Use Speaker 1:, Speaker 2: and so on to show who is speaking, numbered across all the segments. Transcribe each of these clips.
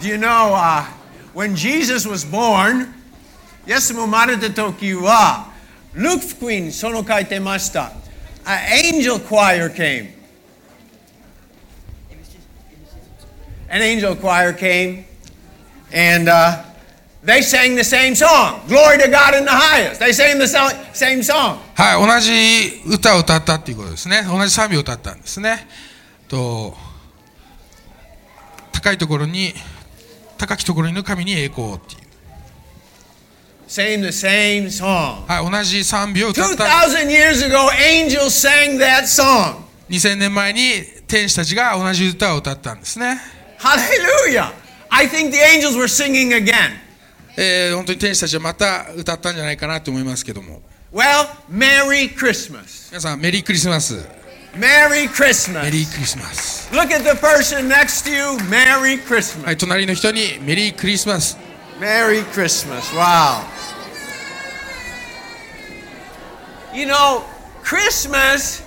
Speaker 1: Do you know, uh, when Jesus was born, イエスも生まれた時は、ルーク福音、その書いてました。A angel choir came. An angel choir came, and uh, they sang the same song Glory to God in the highest. They sang the so- same song.
Speaker 2: はい、同じ歌を歌ったっていうことですね。同じ賛美を歌ったんですね。と高いところに、高きところの神に栄光っていう。
Speaker 1: Sang the same song.
Speaker 2: はい、同じ賛美を歌った。
Speaker 1: 2,000 years ago, angels sang that song.
Speaker 2: 2000年前に天使たちが同じ歌を歌ったんですね。
Speaker 1: Hallelujah. I think the angels were singing again.
Speaker 2: えー本当に天使たちはまた歌ったんじゃないかなと思いますけども。
Speaker 1: Well, Merry Christmas.
Speaker 2: 皆さん、メリークリスマス。メ
Speaker 1: Merry
Speaker 2: リ
Speaker 1: Christmas.
Speaker 2: ークリスマス。
Speaker 1: Look at the person next to you. Merry
Speaker 2: は
Speaker 1: Christmas.
Speaker 2: い、隣の人にメリークリスマス。
Speaker 1: Merry Christmas. Wow. You know, Christmas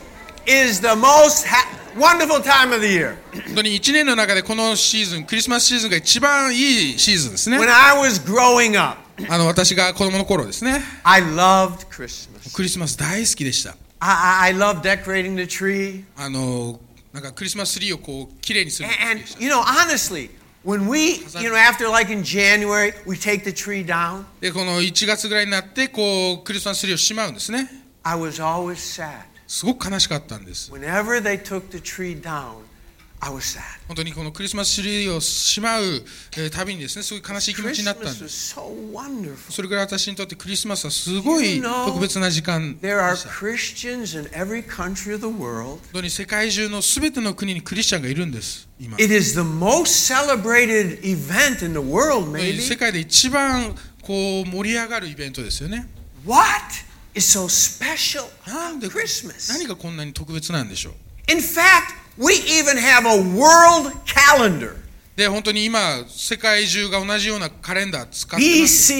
Speaker 1: is the most ha- wonderful time of the year.
Speaker 2: 本当に1年の中でこのシーズン、クリスマスシーズンが一番いいシーズンですね
Speaker 1: When。I was growing up,
Speaker 2: あの、私が子供の頃ですね。
Speaker 1: I loved Christmas.
Speaker 2: クリスマス大好きでした。
Speaker 1: I, I, I loved decorating the tree.
Speaker 2: あの、なんかクリスマスツリーをこう、綺麗にするのが好き
Speaker 1: And,
Speaker 2: でした
Speaker 1: you know, honestly, when we, you know, after like in January, we take the tree down,
Speaker 2: で、この1月ぐらいになって、こう、クリスマスツリーをしまうんですね。
Speaker 1: I was always sad.
Speaker 2: すごく悲しかったんです。
Speaker 1: Whenever they took the tree down, I was sad.
Speaker 2: 本当にこのクリスマスツリーをしまうえーたびにですね、すごい悲しい気持ちになったんで
Speaker 1: Christmas
Speaker 2: す
Speaker 1: was。so wonderful.
Speaker 2: それぐらい私にとってクリスマスはすごい特別な時間で
Speaker 1: There are
Speaker 2: した。本
Speaker 1: Christians in every country of the world.
Speaker 2: 当に世界中のすべての国にクリスチャンがいるんです、今。
Speaker 1: It is the most celebrated event in the world,
Speaker 2: 世
Speaker 1: maybe.
Speaker 2: 界で一番こう盛り上がるイベントですよね。
Speaker 1: What is so special
Speaker 2: な
Speaker 1: about
Speaker 2: んで
Speaker 1: Christmas?
Speaker 2: 何がこんなに特別なんでしょう
Speaker 1: In fact, we even have a world calendar,
Speaker 2: で本当に今世界中が同じようなカレンダー使ってます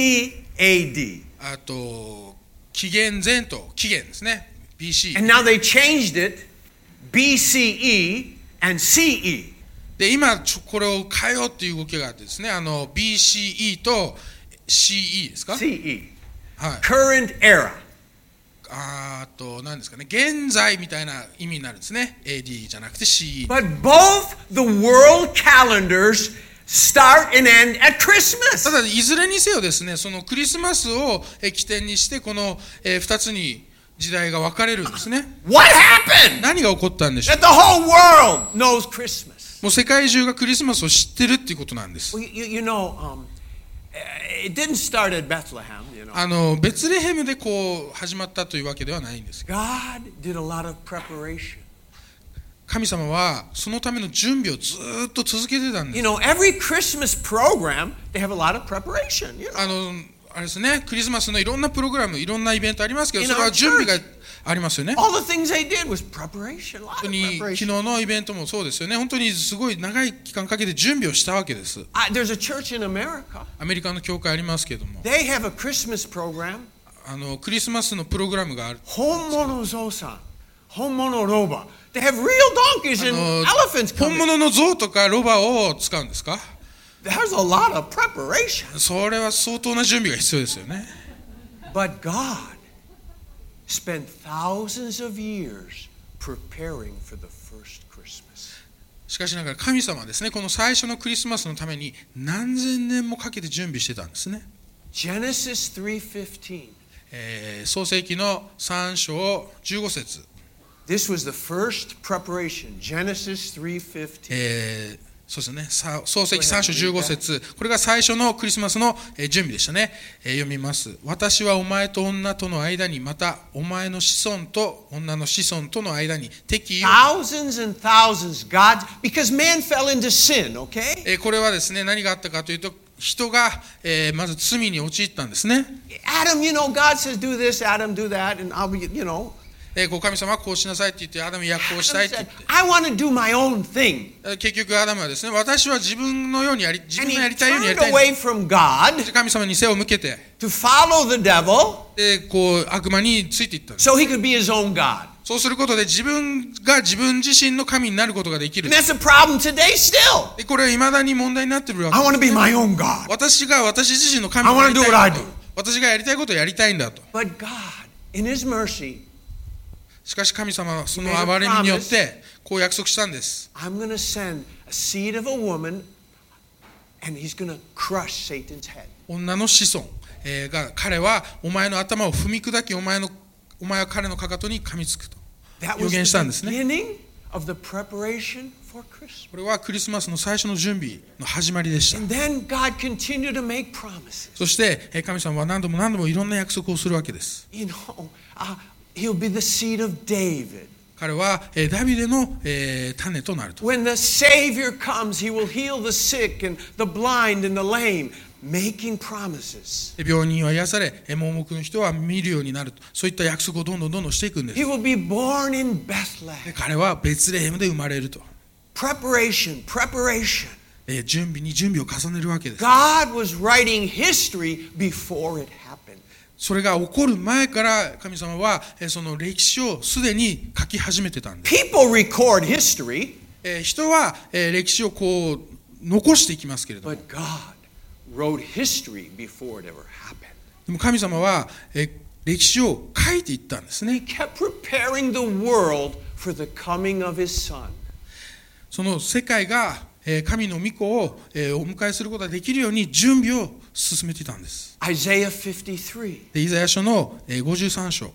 Speaker 1: BCAD.
Speaker 2: あと紀元前と紀元ですね BC
Speaker 1: And now they changed it BCE and E, CE.
Speaker 2: で今ちょこれを変えようっていう動きがあってですねあの BCE と CE ですか、はい、
Speaker 1: CE. E. Current era.
Speaker 2: あーと何ですかね現在みたいな意味になるんですね AD じゃなくて CE
Speaker 1: But both the world calendars start and end at
Speaker 2: た
Speaker 1: Christmas.
Speaker 2: だいずれにせよですねそのクリスマスをえー起点にしてこの2つに時代が分かれるんですね
Speaker 1: What happened
Speaker 2: 何が起こったんでしょう
Speaker 1: that the whole world knows Christmas?
Speaker 2: もう世界中がクリスマスを知ってるっていうことなんです。
Speaker 1: Well, you, you know, um, eh, it didn't start at Bethlehem, you know.
Speaker 2: あのベツレヘムでこう始まったというわけではないんです。
Speaker 1: God did a lot of preparation.
Speaker 2: 神様はそのための準備をずーっと続けてたんで
Speaker 1: You
Speaker 2: す。
Speaker 1: know, every Christmas program, they have a lot of preparation, you know.
Speaker 2: あのあれですね、クリスマスのいろんなプログラム、いろんなイベントありますけど、
Speaker 1: In
Speaker 2: それは
Speaker 1: our
Speaker 2: 準備がありますよね。本
Speaker 1: All the things they did was preparation, a lot
Speaker 2: 当
Speaker 1: of
Speaker 2: に昨日
Speaker 1: preparation.
Speaker 2: のイベントもそうですよね。本当にすごい長い期間かけて準備をしたわけです。
Speaker 1: I, there's a church in America.
Speaker 2: アメリカの教会ありますけども、
Speaker 1: They have a Christmas program
Speaker 2: あのクリスマスのプログラムがある。
Speaker 1: 本物ゾウさん、本物ロバ。They have real donkeys
Speaker 2: あ
Speaker 1: and
Speaker 2: の
Speaker 1: elephants
Speaker 2: 本
Speaker 1: coming.
Speaker 2: 物の像とかロバを使うんですか
Speaker 1: There's a lot of preparation.
Speaker 2: それは相当な準備が必要ですよね。
Speaker 1: But God spent thousands of years preparing for the first Christmas.
Speaker 2: しかしながら神様はですねこの最初のクリスマスのために何千年もかけて準備してたんですね、
Speaker 1: Genesis 3:15.
Speaker 2: えー創世記の3章15節、
Speaker 1: This was the first preparation. Genesis 3:15.
Speaker 2: えーそうですねさ創世記3章15節これが最初のクリスマスのえー準備でしたね、えー読みます私はお前と女との間にまたお前の子孫と女の子孫との間に敵意を
Speaker 1: Thousands and thousands God because man fell into sin, okay?
Speaker 2: えーこれはですね何があったかというと人が、えーまず罪に陥ったんですね、
Speaker 1: Adam, you know, God says do this, Adam do that and I'll be, you know,
Speaker 2: えーこう神様はこうしなさいって言ってアダムにこうしたいって言って
Speaker 1: I want to do my own thing.
Speaker 2: 結局アダムはですね私は自分のようにやり自
Speaker 1: And
Speaker 2: 分
Speaker 1: he
Speaker 2: のやりたいようにやり
Speaker 1: turned
Speaker 2: たいんだ
Speaker 1: away from God
Speaker 2: 神様に背を向けて
Speaker 1: to follow the devil
Speaker 2: でこう悪魔についていったんです
Speaker 1: so he could be his own God.
Speaker 2: そうすることで自分が自分自身の神になることができる
Speaker 1: And。that's a problem today still.
Speaker 2: でこれは未だに問題になってるわけ
Speaker 1: I
Speaker 2: で
Speaker 1: want to
Speaker 2: す
Speaker 1: be my own God.
Speaker 2: 私が私自身の神になり
Speaker 1: I wanna do what
Speaker 2: た
Speaker 1: I
Speaker 2: いこと
Speaker 1: do.
Speaker 2: 私がやりたいことをやりたいんだと
Speaker 1: But God, in His mercy,
Speaker 2: しかし神様はその憐れみによってこう約束したんです
Speaker 1: I'm going to send a seed of a woman and He's going to crush Satan's head.
Speaker 2: 女の子孫、えーが彼はお前の頭を踏み砕きお前のお前は彼のかかとに噛みつくと
Speaker 1: That
Speaker 2: 予
Speaker 1: was
Speaker 2: 言したん
Speaker 1: the
Speaker 2: ですね
Speaker 1: beginning of the preparation for Christmas.
Speaker 2: これはクリスマスの最初の準備の始まりでした
Speaker 1: And then God continued to make promises.
Speaker 2: そしてえー神様は何度も何度もいろんな約束をするわけです
Speaker 1: You know, uh, He'll be the seed of David.
Speaker 2: 彼はえーダビデのえー種となると
Speaker 1: When the Savior comes, He will heal the sick and the blind and the lame, making promises.
Speaker 2: 病人は癒されえー盲目の人は見るようになるとそういった約束をどんどんどんどんしていくんです
Speaker 1: He will be born in
Speaker 2: で
Speaker 1: Bethlehem.
Speaker 2: 彼はベツレヘムで生まれると、
Speaker 1: Preparation, preparation.
Speaker 2: えー準備に準備を重ねるわけです。
Speaker 1: God was writing history before it happened.
Speaker 2: それが起こる前から神様は、えーその歴史をすでに書き始めてたんです。
Speaker 1: People record history,
Speaker 2: えー人は、えー歴史をこう残していきますけれども、
Speaker 1: but God wrote history before it ever happened.
Speaker 2: でも神様は、えー歴史を書いていったんですね。
Speaker 1: He kept preparing the world for the coming of His Son.
Speaker 2: その世界が、えー神の御子を、えーお迎えすることができるように準備を進めていたんです。
Speaker 1: Isaiah 53,
Speaker 2: でイザヤ書の、えー53章、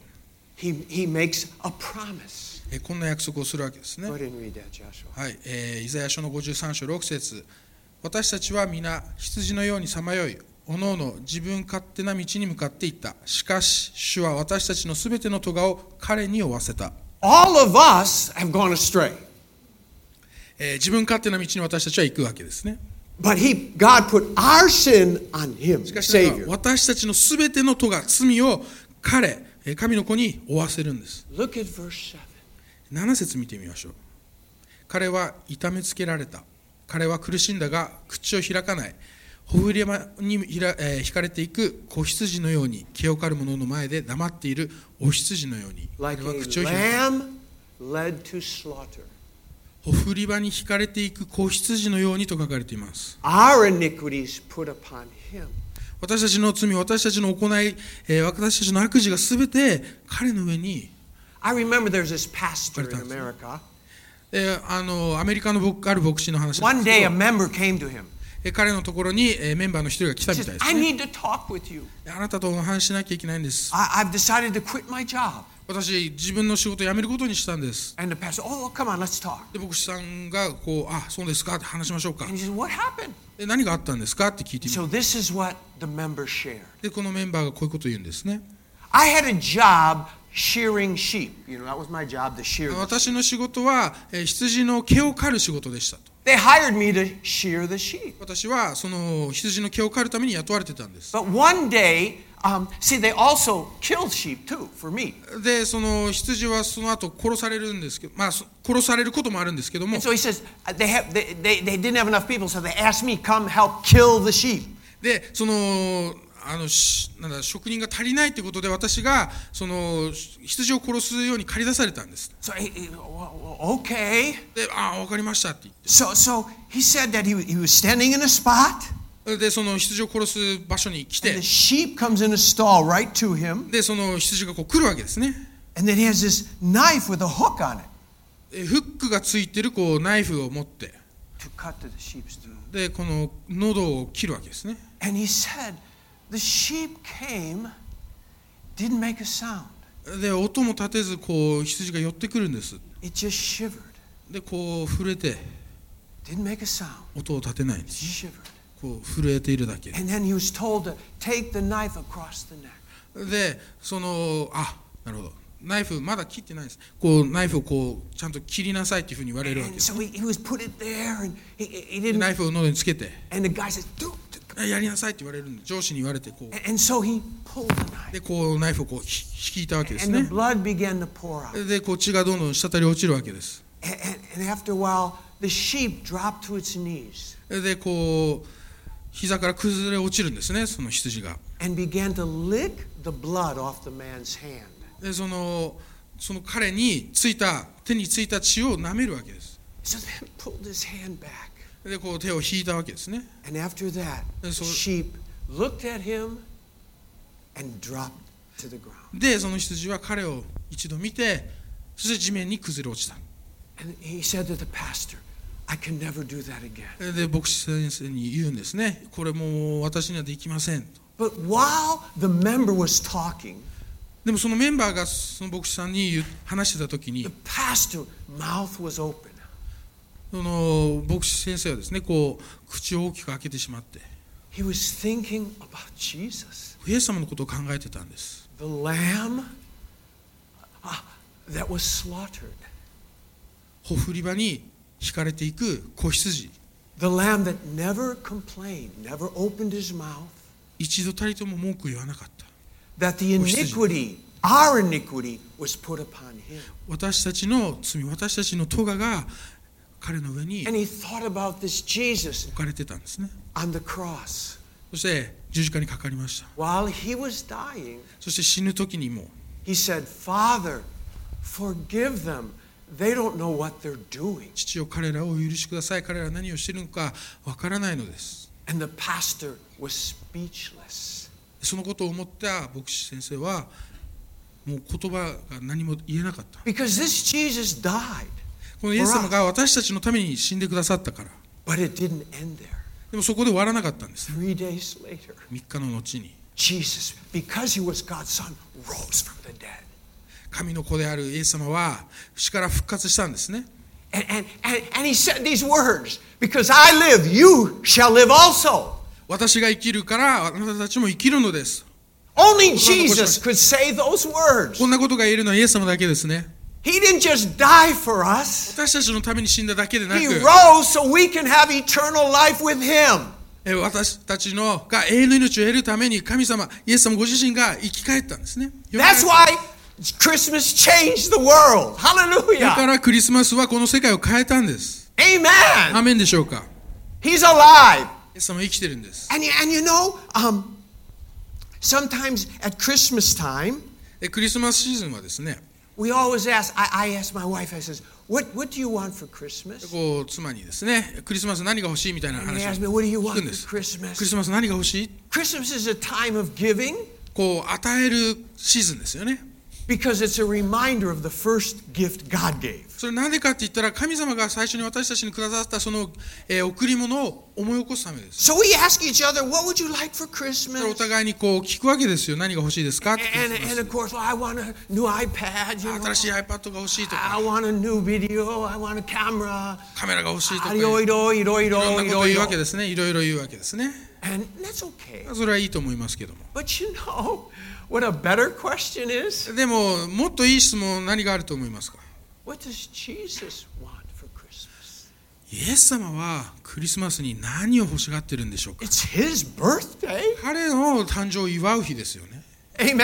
Speaker 1: he, he makes a promise.
Speaker 2: えーこんな約束をするわけですね
Speaker 1: Go。ahead and read that, Joshua.
Speaker 2: はい、えーイザヤ書の53章6節私たちは皆羊のようにさまよい、おのおの自分勝手な道に向かっていった。しかし、主は私たちのすべての咎を彼に負わせた、
Speaker 1: All of us have gone astray,
Speaker 2: えー自分勝手な道に私たちは行くわけですね。
Speaker 1: but He, God put our sin on Him,
Speaker 2: し
Speaker 1: the
Speaker 2: かしなが
Speaker 1: Savior.
Speaker 2: ら、私たちのすべての咎、罪を彼、えー神の子に負わせるんです。
Speaker 1: Look at verse 7.
Speaker 2: 7節見てみましょう。彼は痛めつけられた。彼は苦しんだが口を開かない。ほふれまにひら、えー惹かれていく子羊のように、清かる者の前で黙っているお羊のように。
Speaker 1: Like
Speaker 2: 彼は
Speaker 1: a
Speaker 2: 口を開かない。
Speaker 1: lamb led to slaughter.
Speaker 2: ほふり場に惹かれていく子羊のようにと書かれています。
Speaker 1: Our iniquities put upon Him.
Speaker 2: 私たちの罪、私たちの行い、えー私たちの悪事がすべて彼の上に、
Speaker 1: I remember there's this pastor in
Speaker 2: Verdad.
Speaker 1: America.
Speaker 2: えーあのアメリカの牧ある牧師の話なん
Speaker 1: One
Speaker 2: ですけ
Speaker 1: day a
Speaker 2: ど
Speaker 1: member came to him.
Speaker 2: えー彼のところに、えーメンバーの一人が来た
Speaker 1: He
Speaker 2: みたい
Speaker 1: says,
Speaker 2: です、
Speaker 1: I
Speaker 2: ね。
Speaker 1: need to talk with you.
Speaker 2: あなたとお話ししなきゃいけないんです。
Speaker 1: I, I've decided to quit my job.
Speaker 2: 私自分の仕事を辞めることにしたんです
Speaker 1: And the pastor, oh, come on, let's talk.
Speaker 2: で牧師さんがこう「あそうですか」って話しましょうか
Speaker 1: And he says, what happened?
Speaker 2: で何があったんですかって聞いてみる
Speaker 1: So this is what the members share.
Speaker 2: でこのメンバーがこういうことを言うんですね
Speaker 1: I had a job shearing sheep. You know, that was my job to shear. the-
Speaker 2: 私の仕事はえー羊の毛を刈る仕事でしたと
Speaker 1: They hired me to shear the sheep.
Speaker 2: 私はその羊の毛を刈るために雇われてたんです
Speaker 1: But one day, um, see, they also killed sheep too for me.
Speaker 2: でその羊はその後殺されるんですけどまあそ殺されることもあるんですけども
Speaker 1: And so he says, uh, they, have, they, they, they didn't have enough people, so they asked me, come help kill the sheep.
Speaker 2: でそのあのしなんだ職人が足りないということで私がその羊を殺すように駆り出されたんです
Speaker 1: So he, he- well, well, okay.
Speaker 2: で「ああ分かりました」って言って
Speaker 1: So, so he said that he, he was standing in a spot,
Speaker 2: でその羊を殺す場所に来
Speaker 1: and
Speaker 2: て
Speaker 1: the sheep comes in a stall right to him,
Speaker 2: でその羊がこう来るわけですね
Speaker 1: and then he has this knife with a hook on it
Speaker 2: でフックがついてるこうナイフを持って
Speaker 1: to cut to the sheep's throat.
Speaker 2: でこの喉を切るわけですね
Speaker 1: And he said, The sheep came, didn't make a sound.
Speaker 2: で音も立てずこう羊が寄ってくるんです
Speaker 1: It just shivered.
Speaker 2: でこう震えて
Speaker 1: Didn't make a sound.
Speaker 2: 音を立てないんですね
Speaker 1: Shivered.
Speaker 2: こう震えているだけ
Speaker 1: And then he was told to take the knife across the neck.
Speaker 2: でそのあなるほどナイフまだ切ってないですこうナイフをこうちゃんと切りなさいっていうふうに言われるわけで
Speaker 1: And
Speaker 2: す
Speaker 1: so he, he was put it there, and he, he he
Speaker 2: で
Speaker 1: didn't.
Speaker 2: ナイフを喉につけて
Speaker 1: And the guy says, Dude. dude."
Speaker 2: あやりなさいって言われるんで上司に言われてこう
Speaker 1: And- And so he pulled the knife.
Speaker 2: でこうナイフをこうひ引いたわけです
Speaker 1: And the
Speaker 2: ね
Speaker 1: blood began to pour out.
Speaker 2: でこう血がどんどん滴り落ちるわけです。
Speaker 1: And, and, and after a while, the sheep dropped to its knees
Speaker 2: でこう膝から崩れ落ちるんですねその羊が。
Speaker 1: and began to lick the blood off the man's hand.
Speaker 2: でそのその彼についた手についた血を舐めるわけです
Speaker 1: So the man pulled his hand back.
Speaker 2: でこう手を引いたわけですね
Speaker 1: And after that, the
Speaker 2: And so-
Speaker 1: sheep looked at him and dropped to the ground.
Speaker 2: でその羊は彼を一度見てそして地面に崩れ落ちた
Speaker 1: And he said to the pastor, I can never do that again.
Speaker 2: で牧師先生に言うんですねこれもう私にはできません
Speaker 1: But while the member was talking,
Speaker 2: でもそのメンバーがその牧師さんに言う話してた時に
Speaker 1: the pastor mouth was open.
Speaker 2: その牧師先生はですねこう口を大きく開けてしまって
Speaker 1: He was thinking about Jesus,
Speaker 2: イエス様のことを考えてたんです
Speaker 1: the lamb ah, that was slaughtered,
Speaker 2: ほふり場に引かれていく子羊
Speaker 1: the lamb that never complained, never opened his mouth,
Speaker 2: 一度たりとも文句言わなかった
Speaker 1: that the iniquity, our iniquity, was put upon him.
Speaker 2: 私たちの罪私たちの咎が彼の上に
Speaker 1: And he thought about this Jesus
Speaker 2: 置かれてたんですね
Speaker 1: on the cross.
Speaker 2: そして十字架にかかりました
Speaker 1: While he was dying,
Speaker 2: そして死ぬ時にも
Speaker 1: he said, Father, forgive them. They don't know what they're doing.
Speaker 2: 父を彼らをお許しください彼らは何をしているのかわからないのです
Speaker 1: And the pastor was speechless.
Speaker 2: そのことを思った牧師先生はもう言葉が何も言えなかった
Speaker 1: Because this Jesus died,
Speaker 2: このイエス様が私たちのために死んでくださったから
Speaker 1: but it didn't end there.
Speaker 2: でもそこで終わらなかったんです
Speaker 1: Three days later,
Speaker 2: 3日の後に
Speaker 1: Jesus, because he was God's son, rose from the dead.
Speaker 2: 神の子であるイエス様は死から復活したんですね
Speaker 1: And, and, and, and he said these words Because I live, you shall live also.
Speaker 2: 私が生きるからあなたたちも生きるのです
Speaker 1: Only
Speaker 2: Hold on,
Speaker 1: Jesus
Speaker 2: question.
Speaker 1: could say those words.
Speaker 2: こんなことが言えるのはイエス様だけですね
Speaker 1: He didn't just die for us.
Speaker 2: 私たちのために死んだだけでなく
Speaker 1: He rose so we can have eternal life with Him.
Speaker 2: え私たちのが永遠の命を得るために神様イエス様ご自身が生き返ったんですね
Speaker 1: That's
Speaker 2: だ
Speaker 1: why Christmas changed the world.
Speaker 2: か
Speaker 1: Hallelujah.
Speaker 2: らクリスマスはこの世界を変えたんです
Speaker 1: Amen.
Speaker 2: アーメンでしょうか
Speaker 1: He's alive.
Speaker 2: イエス様は生きてるんです
Speaker 1: And you, and you know, um, sometimes at Christmas time,
Speaker 2: えクリスマスシーズンはですね
Speaker 1: we always ask, I, I ask my wife, I says, what, what do you want for Christmas?
Speaker 2: こう妻にですねクリスマス何が欲しいみたいな
Speaker 1: And they ask
Speaker 2: 話を
Speaker 1: me, what do you
Speaker 2: 聞く
Speaker 1: want
Speaker 2: んです
Speaker 1: for
Speaker 2: クリ
Speaker 1: Christmas?
Speaker 2: スマス何が欲しい
Speaker 1: Christmas is a time of giving
Speaker 2: こう与えるシーズンですよね
Speaker 1: because it's a reminder of the first gift God gave.
Speaker 2: それなんでかって言ったら神様が最初に私たちにくださったその、えー贈り物を思い起こすためです
Speaker 1: So we ask each other, what would you like for
Speaker 2: そ
Speaker 1: Christmas?
Speaker 2: れお互いにこう聞くわけですよ何が欲しいですかって
Speaker 1: And, and of course, well, I want a new iPad. You
Speaker 2: 新しい
Speaker 1: know?
Speaker 2: iPad が欲しいと
Speaker 1: I
Speaker 2: か
Speaker 1: want a new video. I want a camera.
Speaker 2: カメラが欲しいとか
Speaker 1: Ah,
Speaker 2: いろ
Speaker 1: yo,
Speaker 2: ん
Speaker 1: yo, yo, yo,
Speaker 2: なこと
Speaker 1: yo,
Speaker 2: を言うわけ
Speaker 1: yo.
Speaker 2: ですねいろいろ言うわけですね
Speaker 1: And that's okay.
Speaker 2: それはいいと思いますけども
Speaker 1: But you know what a better question is?
Speaker 2: でももっといい質問何があると思いますか
Speaker 1: What does Jesus want for Christmas?
Speaker 2: イエス様はクリスマスに何を欲しがってるんでしょうか
Speaker 1: It's his birthday.
Speaker 2: 彼の誕生を祝う日ですよね
Speaker 1: Amen.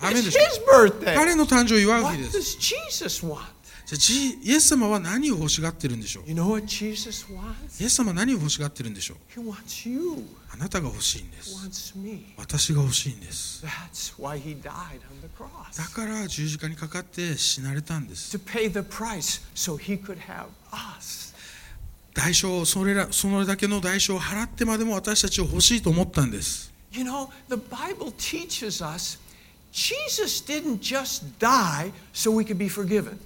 Speaker 2: Amen.
Speaker 1: It's his birthday.
Speaker 2: 彼の誕生を祝う
Speaker 1: What
Speaker 2: 日です
Speaker 1: does Jesus want?
Speaker 2: じゃあじイエス様は何を欲しがってるんでしょう
Speaker 1: You know what Jesus wants?
Speaker 2: イエス様は何を欲しがってるんでしょう
Speaker 1: He wants you.
Speaker 2: あなたが欲しいんで
Speaker 1: He
Speaker 2: す
Speaker 1: wants me.
Speaker 2: 私が欲しいんです
Speaker 1: That's why he died on the
Speaker 2: だ
Speaker 1: cross.
Speaker 2: から十字架にかかって死なれたんです
Speaker 1: To pay the price so he could have us.
Speaker 2: 代償をそれらそれだけの代償を払ってまでも私たちを欲しいと思ったんです
Speaker 1: You know, the Bible teaches us Jesus didn't just die so we could be forgiven.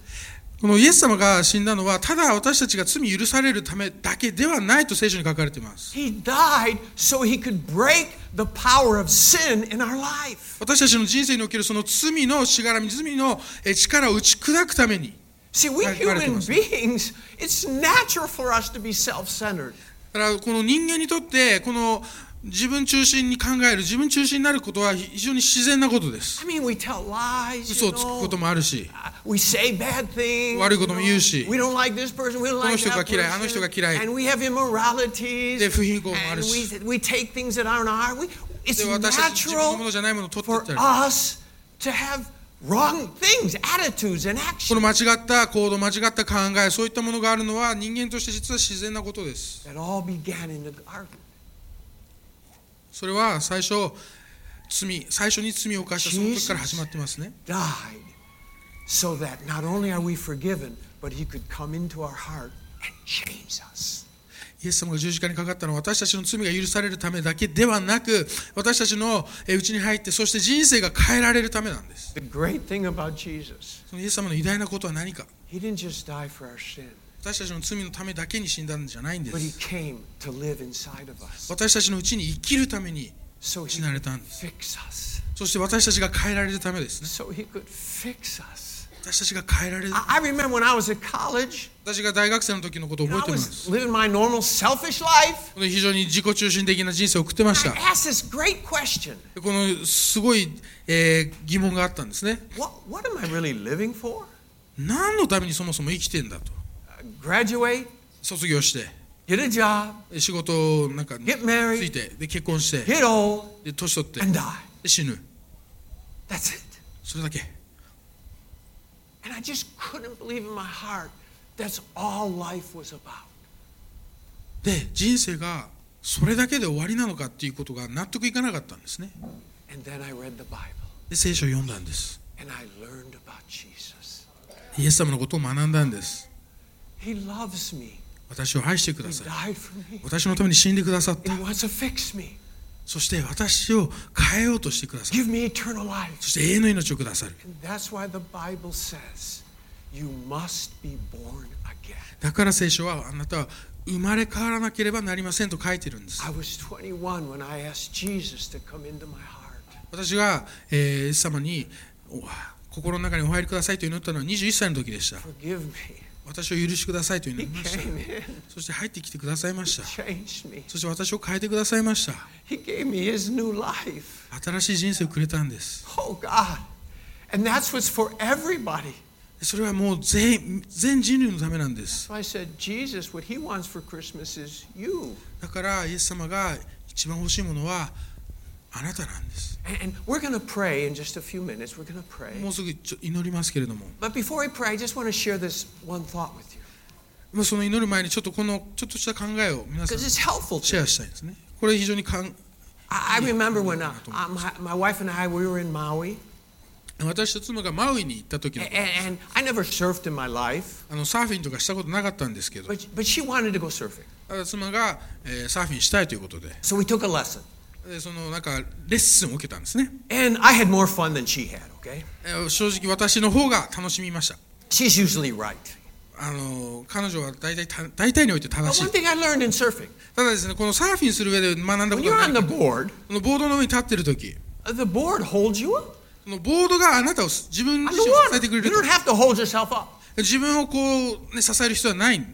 Speaker 2: このイエス様が死んだのはただ私たちが罪許されるためだけではないと聖書に書かれています
Speaker 1: He died so he could break the power of sin in our life.
Speaker 2: 私たちの人生におけるその罪のしがらみ罪のえ力を打ち砕くために
Speaker 1: See, we
Speaker 2: Right, right,
Speaker 1: human
Speaker 2: Thomas.
Speaker 1: beings, it's natural for us to be self centered.
Speaker 2: だからこの人間にとってこの自分中心に考える自分中心になることは非常に自然なことです
Speaker 1: I mean, we tell lies.
Speaker 2: 嘘
Speaker 1: You
Speaker 2: をつくこ
Speaker 1: know.
Speaker 2: ともあるし
Speaker 1: We say bad things.
Speaker 2: 悪いことも言うし
Speaker 1: We don't like this person, we don't
Speaker 2: この
Speaker 1: like
Speaker 2: 人が
Speaker 1: that
Speaker 2: 嫌い
Speaker 1: person.
Speaker 2: あの人が嫌い
Speaker 1: And we have immoralities.
Speaker 2: で不貧困もある
Speaker 1: And
Speaker 2: し
Speaker 1: we, we take things that aren't our. We, it's
Speaker 2: で私たち自分のも
Speaker 1: natural
Speaker 2: のじゃないものを取ってい
Speaker 1: for
Speaker 2: ったり
Speaker 1: us to have wrong things, attitudes, and
Speaker 2: この
Speaker 1: actions
Speaker 2: 間違った行動、間違った考え、そういったものがあるのは人間として実は自然なことです。
Speaker 1: that all began in the garden.
Speaker 2: それは最初、罪、最初に罪を犯したその時から始まってますね。
Speaker 1: Died so that not only are we forgiven, but He could come into our heart and change us.
Speaker 2: イエス様が十字架にかかったのは私たちの罪が許されるためだけではなく私たちのえうちに入ってそして人生が変えられるためなんです
Speaker 1: The great thing about Jesus,
Speaker 2: そのイエス様の偉大なことは何か
Speaker 1: He didn't just die for our sin,
Speaker 2: 私たちの罪のためだけに死んだんじゃないんで
Speaker 1: but He
Speaker 2: す
Speaker 1: came to live inside of us
Speaker 2: 私たちのうちに生きるために
Speaker 1: so
Speaker 2: 死
Speaker 1: He
Speaker 2: な
Speaker 1: could
Speaker 2: れたんです
Speaker 1: fix us,
Speaker 2: そして私たちが変えられるためですね
Speaker 1: so He could fix us.
Speaker 2: 私たちが変えられる
Speaker 1: I, I remember when I was at college,
Speaker 2: 私が大学生の時のことを
Speaker 1: and
Speaker 2: 覚え
Speaker 1: I
Speaker 2: てます
Speaker 1: was living my normal selfish life.
Speaker 2: 非常に自己中心的な人生を送ってました
Speaker 1: I asked this great question
Speaker 2: でこのすごい、えー疑問があったんですね
Speaker 1: what, what am I really living for?
Speaker 2: 何のためにそもそも生きてんだと
Speaker 1: Uh, graduate,
Speaker 2: 卒業して
Speaker 1: get a job,
Speaker 2: で仕事なんかに
Speaker 1: Get married.
Speaker 2: ついてで結婚して
Speaker 1: get old,
Speaker 2: で年取って
Speaker 1: and die.
Speaker 2: で死ぬ
Speaker 1: That's it.
Speaker 2: それだけ
Speaker 1: And I just couldn't believe in my heart that's all life was about.
Speaker 2: で人生がそれだけで終わりなのかっていうことが納得いかなかったんですね
Speaker 1: And then I read the Bible
Speaker 2: で聖書を読んだんです
Speaker 1: and I learned about Jesus.
Speaker 2: イエス様のことを学んだんです
Speaker 1: He loves me.
Speaker 2: 私を愛してく
Speaker 1: He
Speaker 2: ださい
Speaker 1: died for me.
Speaker 2: 私のために死んでくださった
Speaker 1: And He wants to fix me.
Speaker 2: そして私を変えようとしてください
Speaker 1: Give me eternal life.
Speaker 2: そして永遠の命をくださる
Speaker 1: And that's why the Bible says you must be born again.
Speaker 2: だから聖書はあなたは生まれ変わらなければなりませんと書いてるんです
Speaker 1: I was 21 when I asked Jesus to come into my heart.
Speaker 2: 私が、えーイエス様にお心の中にお入りくださいと祈ったのは21歳の時でした
Speaker 1: Forgive me.
Speaker 2: 私を許してくださいと祈
Speaker 1: He
Speaker 2: りました
Speaker 1: came in,
Speaker 2: そして入ってきてくださいました
Speaker 1: changed me.
Speaker 2: そして私を変えてくださいました
Speaker 1: He gave me his new life.
Speaker 2: 新しい人生をくれたんです
Speaker 1: Oh God. And that's what's for everybody.
Speaker 2: それはもう全員全人類のためなんです
Speaker 1: So I said, Jesus, what he wants for Christmas is you.
Speaker 2: だからイエス様が一番欲しいものはあなたなんです
Speaker 1: And and we're going to pray in just a few minutes. We're going to pray.
Speaker 2: もうすぐちょ祈りますけれども
Speaker 1: But before we pray, I just want to share this one thought with you
Speaker 2: まあその祈る前にちょっとこのちょっとした考えを皆さん
Speaker 1: because it's helpful
Speaker 2: シ
Speaker 1: to
Speaker 2: ェ
Speaker 1: me.
Speaker 2: アしたいですね。これ非常にかん
Speaker 1: I, I remember when uh, uh, my, my wife and I, we were in Maui,
Speaker 2: 私と妻がマウイに行った時
Speaker 1: a-
Speaker 2: の
Speaker 1: and, and I never surfed in my life,
Speaker 2: あのサーフィンとかしたことなかったんですけど
Speaker 1: but, but she wanted to go surfing.
Speaker 2: ただ妻が、えーサーフィンしたいということで
Speaker 1: So we took a lesson.
Speaker 2: でそのなんかレッスンを受けたんですね、
Speaker 1: And I had more fun than she had, okay?
Speaker 2: えー正直私の方が楽しみました
Speaker 1: She's usually right.
Speaker 2: あのー彼女は大体た大体において
Speaker 1: But
Speaker 2: 正し
Speaker 1: one
Speaker 2: い
Speaker 1: thing I learned in surfing
Speaker 2: ただですねこのサーフィンする上で学んだ
Speaker 1: when
Speaker 2: こと
Speaker 1: you're
Speaker 2: は
Speaker 1: on
Speaker 2: な
Speaker 1: the
Speaker 2: い
Speaker 1: board,
Speaker 2: このボードの上に立ってる時
Speaker 1: uh, the board holds you up
Speaker 2: そのボードがあなたを自分
Speaker 1: on
Speaker 2: 自
Speaker 1: the
Speaker 2: 身を支え
Speaker 1: water.
Speaker 2: てくれ
Speaker 1: You
Speaker 2: る
Speaker 1: don't have to hold yourself up.
Speaker 2: 自分をこう、ね、支える必要はない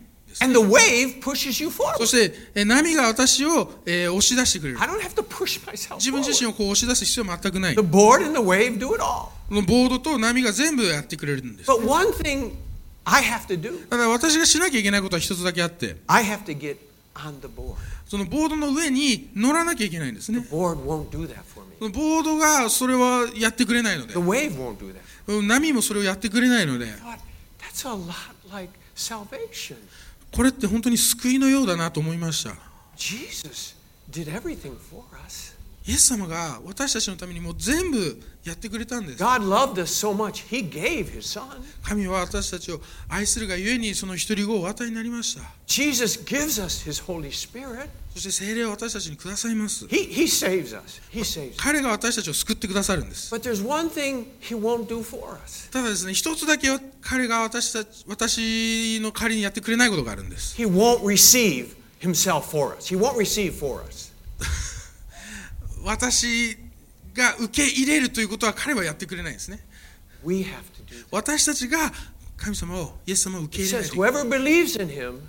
Speaker 1: And the wave pushes you
Speaker 2: そ
Speaker 1: forward.
Speaker 2: してえー波が私を、えー押し出してくれる
Speaker 1: I don't have to push myself
Speaker 2: 自分自
Speaker 1: forward.
Speaker 2: 身をこう押し出す必要は全くない
Speaker 1: The board and the wave do it all.
Speaker 2: このボードと波が全部やってくれるんです
Speaker 1: But one thing I have to do,
Speaker 2: ただ私がしなきゃいけないことは一つだけあって
Speaker 1: I have to get on the board.
Speaker 2: そのボードの上に乗らなきゃいけないんですね
Speaker 1: Board won't do that for me.
Speaker 2: そのボードがそれはやってくれないので
Speaker 1: The wave won't do that.
Speaker 2: うん波もそれをやってくれないので
Speaker 1: God, that's a lot like salvation.
Speaker 2: これって本当に救いのようだなと思いました
Speaker 1: Jesus did everything for us.
Speaker 2: イエス様が私たちのためにもう全部やってくれたんです
Speaker 1: God loved us so much, He gave His Son.
Speaker 2: 神は私たちを愛するがゆえにその一人子をお与えになりました
Speaker 1: Jesus gives us His Holy Spirit.
Speaker 2: そして聖霊を私たちにくださいます
Speaker 1: He, he saves us. He saves us.
Speaker 2: 彼が私たちを救ってくださるんです
Speaker 1: But there's one thing He won't do for us
Speaker 2: ただですね、一つだけ彼が私たち私の代わりにやってくれないことがあるんです。
Speaker 1: He won't receive Himself for us. He won't receive for us.
Speaker 2: 私が受け入れるということは彼はやってくれないんですね。
Speaker 1: We have to do that.
Speaker 2: 私たちが神様を、イエス様を受け
Speaker 1: He
Speaker 2: 入れない
Speaker 1: says,
Speaker 2: といけない
Speaker 1: whoever believes in Him,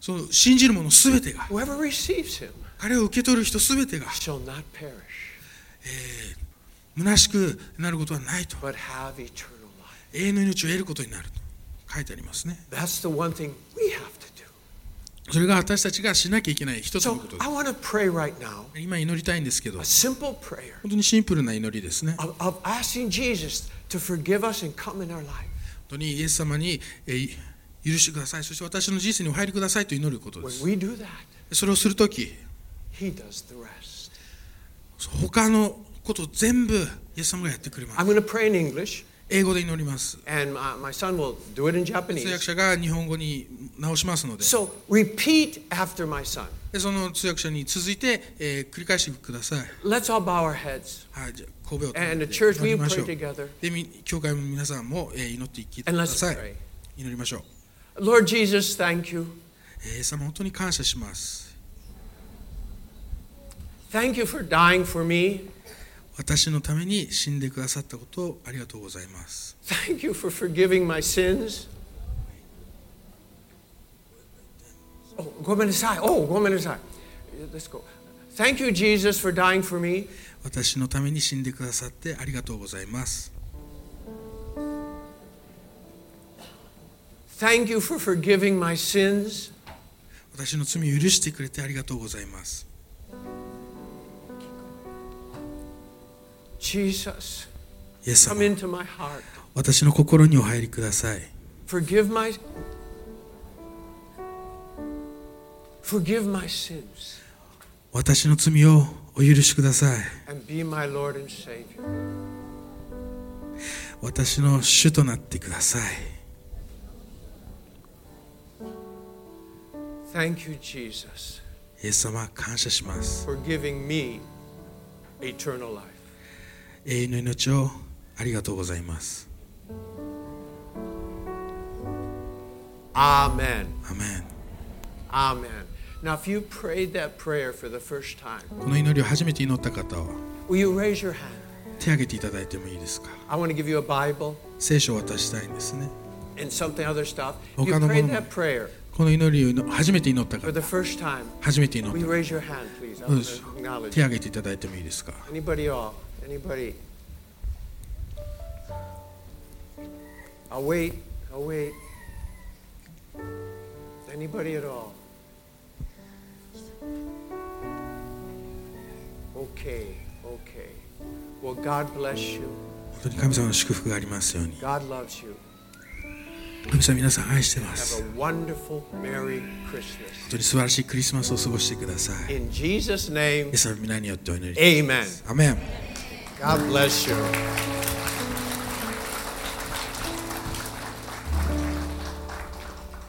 Speaker 2: その信じる者すべてが、
Speaker 1: whoever receives Him,
Speaker 2: 彼を受け取る人すべてが、
Speaker 1: shall not perish,
Speaker 2: 虚しくなることはないと、
Speaker 1: but have eternal life.
Speaker 2: 永遠の命を得ることになると書いてありますね。
Speaker 1: That's the one thing we have to do.
Speaker 2: それが私たちがしなきゃいけない一つの
Speaker 1: So
Speaker 2: ことで
Speaker 1: I
Speaker 2: す。
Speaker 1: want to pray right now
Speaker 2: 今祈りたいんですけ
Speaker 1: a
Speaker 2: ど、本
Speaker 1: simple prayer
Speaker 2: 当にシンプルな祈りですね。本
Speaker 1: of, of asking Jesus to forgive us and come in our life.
Speaker 2: 当にイエス様に、えー許してください、そして私の人生にお入りくださいと祈ることで
Speaker 1: When
Speaker 2: す。
Speaker 1: we do that,
Speaker 2: それをするとき
Speaker 1: He does the rest.
Speaker 2: 他のこと全部イエス様がやってくれま
Speaker 1: I'm
Speaker 2: す
Speaker 1: going to pray in English.
Speaker 2: 英語で祈ります。
Speaker 1: and my, my son will do it in
Speaker 2: 通訳
Speaker 1: Japanese.
Speaker 2: 者が日本語に直しますので、
Speaker 1: So repeat after my son.
Speaker 2: でその通訳者に続いて、えー繰り返してください。
Speaker 1: Let's all bow our heads.
Speaker 2: はい、じゃあ、神戸を取
Speaker 1: And
Speaker 2: り
Speaker 1: the church,
Speaker 2: 祈
Speaker 1: we
Speaker 2: りま
Speaker 1: pray
Speaker 2: しょう。
Speaker 1: together.
Speaker 2: で、み教会の皆さんも、えー祈っていきて
Speaker 1: And
Speaker 2: くだ
Speaker 1: let's
Speaker 2: さい。
Speaker 1: pray.
Speaker 2: 祈りましょう。
Speaker 1: Lord Jesus, thank you.
Speaker 2: えー、様、本当に感謝します。
Speaker 1: Thank you for dying for me.
Speaker 2: 私のために死んでくださったことをありがとうございます。
Speaker 1: Thank you for forgiving my sins. Oh, go inside. Oh, go inside. Let's go. Thank you, Jesus, for dying for me.
Speaker 2: 私のために死んでくださってありがとうございます。
Speaker 1: Thank you for forgiving my sins.
Speaker 2: 私の罪を許してくれてありがとうございます。
Speaker 1: Jesus,
Speaker 2: イエス
Speaker 1: come
Speaker 2: 様、
Speaker 1: into my heart.
Speaker 2: 私の心にお入りください。
Speaker 1: Forgive my Forgive my sins
Speaker 2: 私の罪をお許しください。
Speaker 1: and be my Lord and Savior.
Speaker 2: 私の主となってください。
Speaker 1: Thank you, Jesus,
Speaker 2: イエス様、感謝します。
Speaker 1: for giving me eternal life.
Speaker 2: 永遠の命をありがとうございます。
Speaker 1: Amen.
Speaker 2: アメン。
Speaker 1: Amen. Now, if you prayed that prayer for the first time,
Speaker 2: この祈りを初めて祈った方は
Speaker 1: will you raise your hand?
Speaker 2: 手を挙げていただいてもいいですか
Speaker 1: I want to give you a Bible
Speaker 2: 聖書を渡したいんですね。
Speaker 1: and something other stuff. If you
Speaker 2: Okanamano.
Speaker 1: prayed that prayer
Speaker 2: この祈りを初めて祈った
Speaker 1: for
Speaker 2: 方、
Speaker 1: the first time,
Speaker 2: 初めて祈っ
Speaker 1: will
Speaker 2: た
Speaker 1: you
Speaker 2: 方、
Speaker 1: raise your hand, please? I
Speaker 2: どう
Speaker 1: want
Speaker 2: でし
Speaker 1: to
Speaker 2: ょう
Speaker 1: acknowledge
Speaker 2: 手
Speaker 1: you.
Speaker 2: を挙げていただいてもいいですか
Speaker 1: Anybody off? Anybody? I'll wait. I'll wait. Anybody at all? Okay, okay. Well, God bless you.
Speaker 2: 本当に神様の祝福がありますように。
Speaker 1: God loves you.
Speaker 2: 神様、皆さん愛してま
Speaker 1: Have
Speaker 2: す。
Speaker 1: a wonderful Merry Christmas.
Speaker 2: 本当に素晴らしいクリスマスを過ごしてください。イ
Speaker 1: In Jesus' name,
Speaker 2: エス様の皆によってお祈りします。
Speaker 1: amen.
Speaker 2: アメン。
Speaker 1: God bless you.